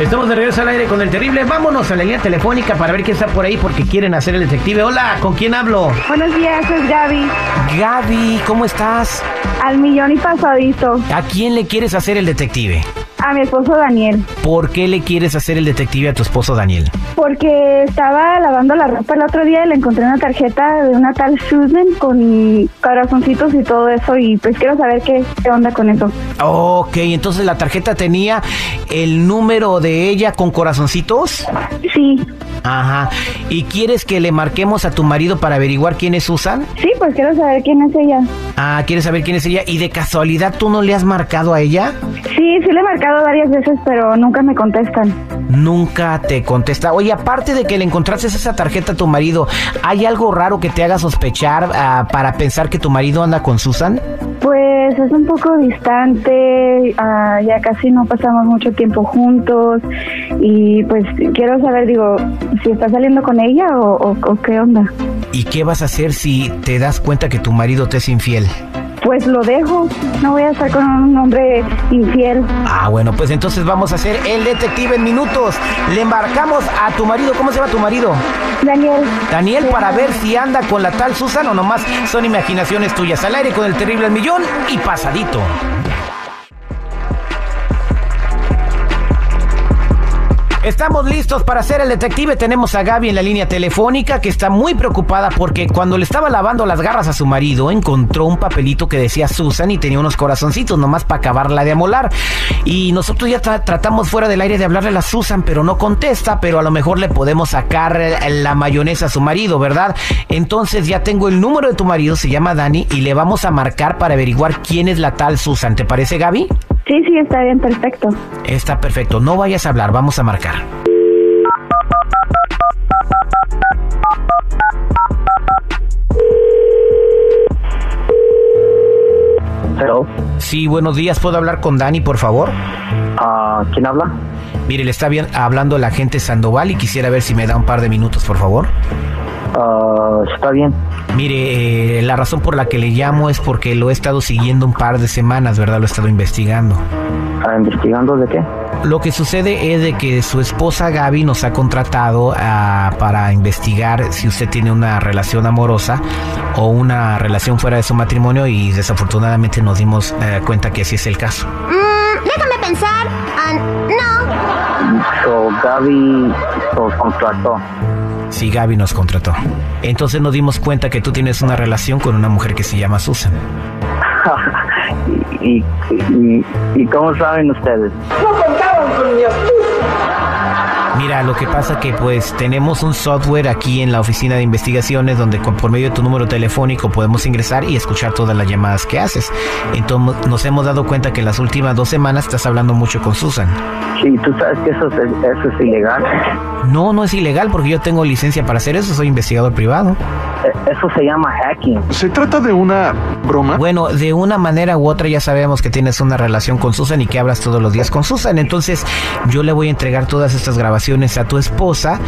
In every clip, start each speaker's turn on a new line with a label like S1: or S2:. S1: Estamos de regreso al aire con el terrible. Vámonos a la línea telefónica para ver quién está por ahí porque quieren hacer el detective. Hola, ¿con quién hablo?
S2: Buenos días, es Gaby.
S1: Gaby, ¿cómo estás?
S2: Al millón y pasadito.
S1: ¿A quién le quieres hacer el detective?
S2: A mi esposo Daniel.
S1: ¿Por qué le quieres hacer el detective a tu esposo Daniel?
S2: Porque estaba lavando la ropa el otro día y le encontré una tarjeta de una tal Susan con corazoncitos y todo eso. Y pues quiero saber qué, qué onda con eso.
S1: Ok, entonces la tarjeta tenía el número de ella con corazoncitos.
S2: Sí.
S1: Ajá. ¿Y quieres que le marquemos a tu marido para averiguar quién es Susan?
S2: Sí, pues quiero saber quién es ella.
S1: Ah, ¿quieres saber quién es ella? ¿Y de casualidad tú no le has marcado a ella?
S2: Sí, sí le he marcado varias veces, pero nunca me contestan.
S1: Nunca te contesta. Oye, aparte de que le encontraste esa tarjeta a tu marido, ¿hay algo raro que te haga sospechar ah, para pensar que tu marido anda con Susan?
S2: Pues es un poco distante, ah, ya casi no pasamos mucho tiempo juntos y pues quiero saber, digo, si está saliendo con ella o, o- o qué onda.
S1: ¿Y qué vas a hacer si te das cuenta que tu marido te es infiel?
S2: Pues lo dejo, no voy a estar con un hombre infiel.
S1: Ah, bueno, pues entonces vamos a hacer el detective en minutos. Le embarcamos a tu marido. ¿Cómo se llama tu marido?
S2: Daniel,
S1: Daniel, para ver si anda con la tal Susan o nomás son imaginaciones tuyas. Al aire con el terrible al millón y pasadito. Estamos listos para hacer el detective. Tenemos a Gaby en la línea telefónica que está muy preocupada porque cuando le estaba lavando las garras a su marido encontró un papelito que decía Susan y tenía unos corazoncitos nomás para acabarla de amolar. Y nosotros ya tra- tratamos fuera del aire de hablarle a la Susan, pero no contesta, pero a lo mejor le podemos sacar eh, la mayonesa a su marido, ¿verdad? Entonces ya tengo el número de tu marido, se llama Dani, y le vamos a marcar para averiguar quién es la tal Susan. ¿Te parece Gaby?
S2: sí, sí, está bien, perfecto.
S1: Está perfecto, no vayas a hablar, vamos a marcar.
S3: Hello.
S1: Sí, buenos días. ¿Puedo hablar con Dani, por favor?
S3: Ah, ¿Quién habla?
S1: Mire, le está bien hablando la gente Sandoval y quisiera ver si me da un par de minutos, por favor.
S3: Ah, está bien.
S1: Mire, eh, la razón por la que le llamo es porque lo he estado siguiendo un par de semanas, ¿verdad? Lo he estado investigando.
S3: Ah, ¿Investigando de qué?
S1: Lo que sucede es de que su esposa Gaby nos ha contratado ah, para investigar si usted tiene una relación amorosa o una relación fuera de su matrimonio y desafortunadamente nos dimos eh, cuenta que así es el caso.
S4: Mm, déjame pensar. Ah, no.
S3: So, Gaby los contrató.
S1: Sí, Gaby nos contrató. Entonces nos dimos cuenta que tú tienes una relación con una mujer que se llama Susan.
S3: ¿Y, y, y cómo saben ustedes?
S1: Mira, lo que pasa que pues tenemos un software aquí en la oficina de investigaciones donde con- por medio de tu número telefónico podemos ingresar y escuchar todas las llamadas que haces. Entonces nos hemos dado cuenta que en las últimas dos semanas estás hablando mucho con Susan.
S3: Sí, tú sabes que eso es, eso es ilegal.
S1: No, no es ilegal porque yo tengo licencia para hacer eso, soy investigador privado.
S3: Eh, Eso se llama hacking.
S5: ¿Se trata de una broma?
S1: Bueno, de una manera u otra ya sabemos que tienes una relación con Susan y que hablas todos los días con Susan. Entonces, yo le voy a entregar todas estas grabaciones a tu esposa,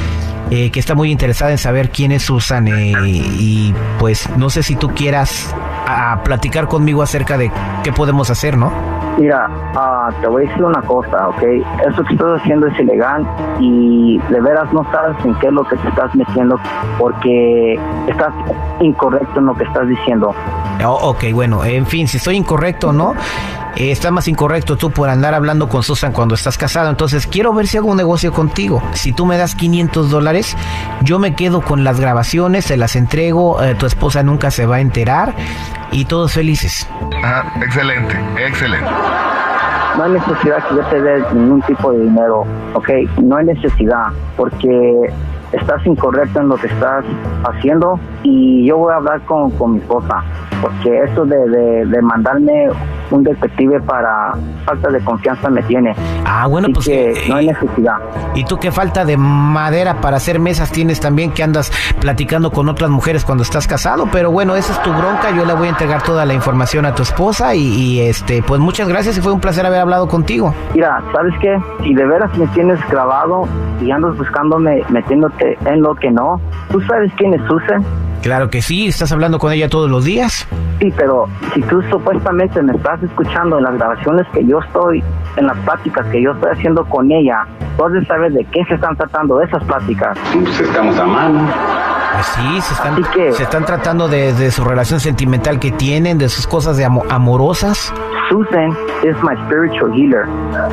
S1: eh, que está muy interesada en saber quién es Susan. eh, y pues no sé si tú quieras a- a platicar conmigo acerca de qué podemos hacer, ¿no?
S3: Mira, ah, te voy a decir una cosa, ¿ok? Eso que estás haciendo es ilegal y de veras no sabes en qué es lo que te estás metiendo porque estás incorrecto en lo que estás diciendo.
S1: Oh, ok, bueno, en fin, si estoy incorrecto o no, eh, está más incorrecto tú por andar hablando con Susan cuando estás casado. Entonces, quiero ver si hago un negocio contigo. Si tú me das 500 dólares, yo me quedo con las grabaciones, se las entrego, eh, tu esposa nunca se va a enterar y todos felices.
S6: Ajá, excelente, excelente.
S3: No hay necesidad que yo te dé ningún tipo de dinero, ¿ok? No hay necesidad, porque estás incorrecto en lo que estás haciendo y yo voy a hablar con, con mi esposa, porque eso de, de, de mandarme un detective para falta de confianza me tiene.
S1: Ah, bueno,
S3: Así
S1: pues...
S3: que
S1: eh,
S3: no hay necesidad.
S1: y tú qué falta de madera para hacer mesas tienes también que andas platicando con otras mujeres cuando estás casado. Pero bueno, esa es tu bronca. Yo le voy a entregar toda la información a tu esposa y, y este, pues muchas gracias y fue un placer haber hablado contigo.
S3: Mira, ¿sabes qué? Si de veras me tienes grabado y andas buscándome, metiéndote en lo que no, tú sabes quién es Susan.
S1: Claro que sí, estás hablando con ella todos los días.
S3: Sí, pero si tú supuestamente me estás estás escuchando en las grabaciones que yo estoy, en las pláticas que yo estoy haciendo con ella, entonces sabes de qué se están tratando esas pláticas.
S7: Pues estamos a mano.
S1: Pues sí, se están,
S3: Así que-
S1: se están tratando de, de su relación sentimental que tienen, de sus cosas de amo- amorosas.
S3: Susan is my spiritual healer.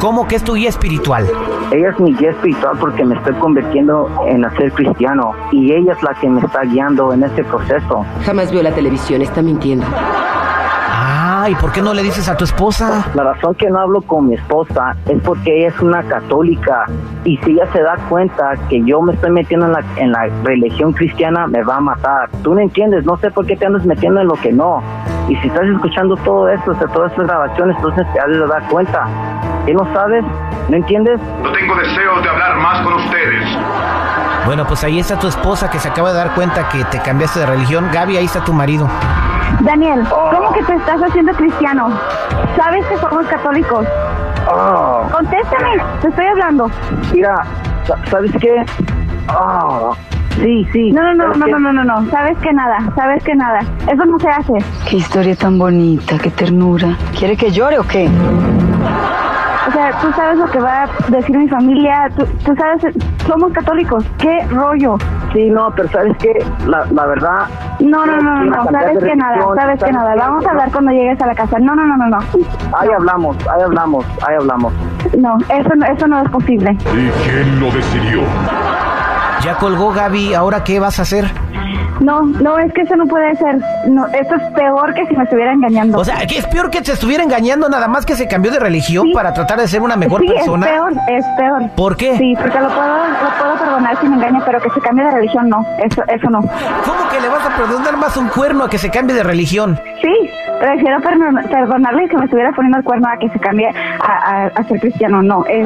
S1: ¿Cómo que es tu guía espiritual?
S3: Ella es mi guía espiritual porque me estoy convirtiendo en a ser cristiano y ella es la que me está guiando en este proceso.
S8: Jamás vio la televisión, está mintiendo.
S1: Ah, ¿y por qué no le dices a tu esposa?
S3: La razón que no hablo con mi esposa es porque ella es una católica y si ella se da cuenta que yo me estoy metiendo en la, en la religión cristiana me va a matar. Tú no entiendes, no sé por qué te andas metiendo en lo que no. Y si estás escuchando todo esto, o sea, todas estas grabaciones, entonces te has de dar cuenta. ¿Qué no sabes? ¿No entiendes?
S6: No tengo deseo de hablar más con ustedes.
S1: Bueno, pues ahí está tu esposa que se acaba de dar cuenta que te cambiaste de religión. Gaby, ahí está tu marido.
S2: Daniel, ¿cómo que te estás haciendo cristiano? Sabes que somos católicos.
S3: Oh,
S2: Contéstame, te estoy hablando.
S3: mira, sa- ¿sabes qué? Oh, sí, sí.
S2: No, no, no,
S3: ¿Sabes
S2: no,
S3: qué?
S2: no, no, no, no. Sabes que nada, sabes que nada. Eso no se hace.
S9: Qué historia tan bonita, qué ternura. ¿Quiere que llore o qué?
S2: O sea, tú sabes lo que va a decir mi familia. Tú, tú sabes, somos católicos. ¿Qué rollo?
S3: Sí, no, pero ¿sabes qué? La, la verdad...
S2: No, no, no, no, no. Sabes que nada, sabes que nada. Vamos a hablar cuando llegues a la casa. No, no, no, no, no.
S3: Ahí hablamos, ahí hablamos, ahí hablamos.
S2: No, eso no, eso no es posible.
S10: ¿Y quién lo decidió?
S1: Ya colgó Gaby, ¿ahora qué vas a hacer?
S2: No, no, es que eso no puede ser. No, esto es peor que si me estuviera engañando.
S1: O sea, que es peor que te estuviera engañando nada más que se cambió de religión
S2: Sí.
S1: para tratar de ser una mejor
S2: sí,
S1: persona.
S2: es peor, es peor.
S1: ¿Por qué?
S2: Sí, porque lo puedo, lo puedo perdonar si me engaña, pero que se cambie de religión, no. Eso, eso no.
S1: ¿Cómo que le vas a perdonar más un cuerno a que se cambie de religión?
S2: Sí, prefiero perno- perdonarle que me estuviera poniendo el cuerno a que se cambie a, a- a ser cristiano. No, este,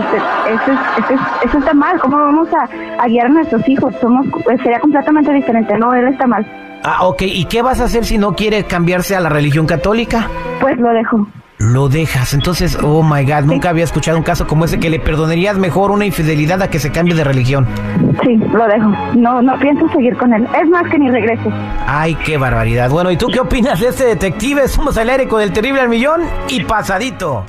S2: este, este, este está mal. ¿Cómo vamos a, a guiar a nuestros hijos? Somos, eh, sería completamente diferente. No, él está mal.
S1: Ah, ok, ¿y qué vas a hacer si no quiere cambiarse a la religión católica?
S2: Pues lo dejo.
S1: Lo dejas, entonces, oh my god, nunca había escuchado un caso como ese que le perdonarías mejor una infidelidad a que se cambie de religión.
S2: Sí, lo dejo. No, no pienso seguir con él. Es más que ni regreso.
S1: Ay, qué barbaridad. Bueno, ¿y tú qué opinas de este detective? Somos al aire con el terrible al millón y pasadito.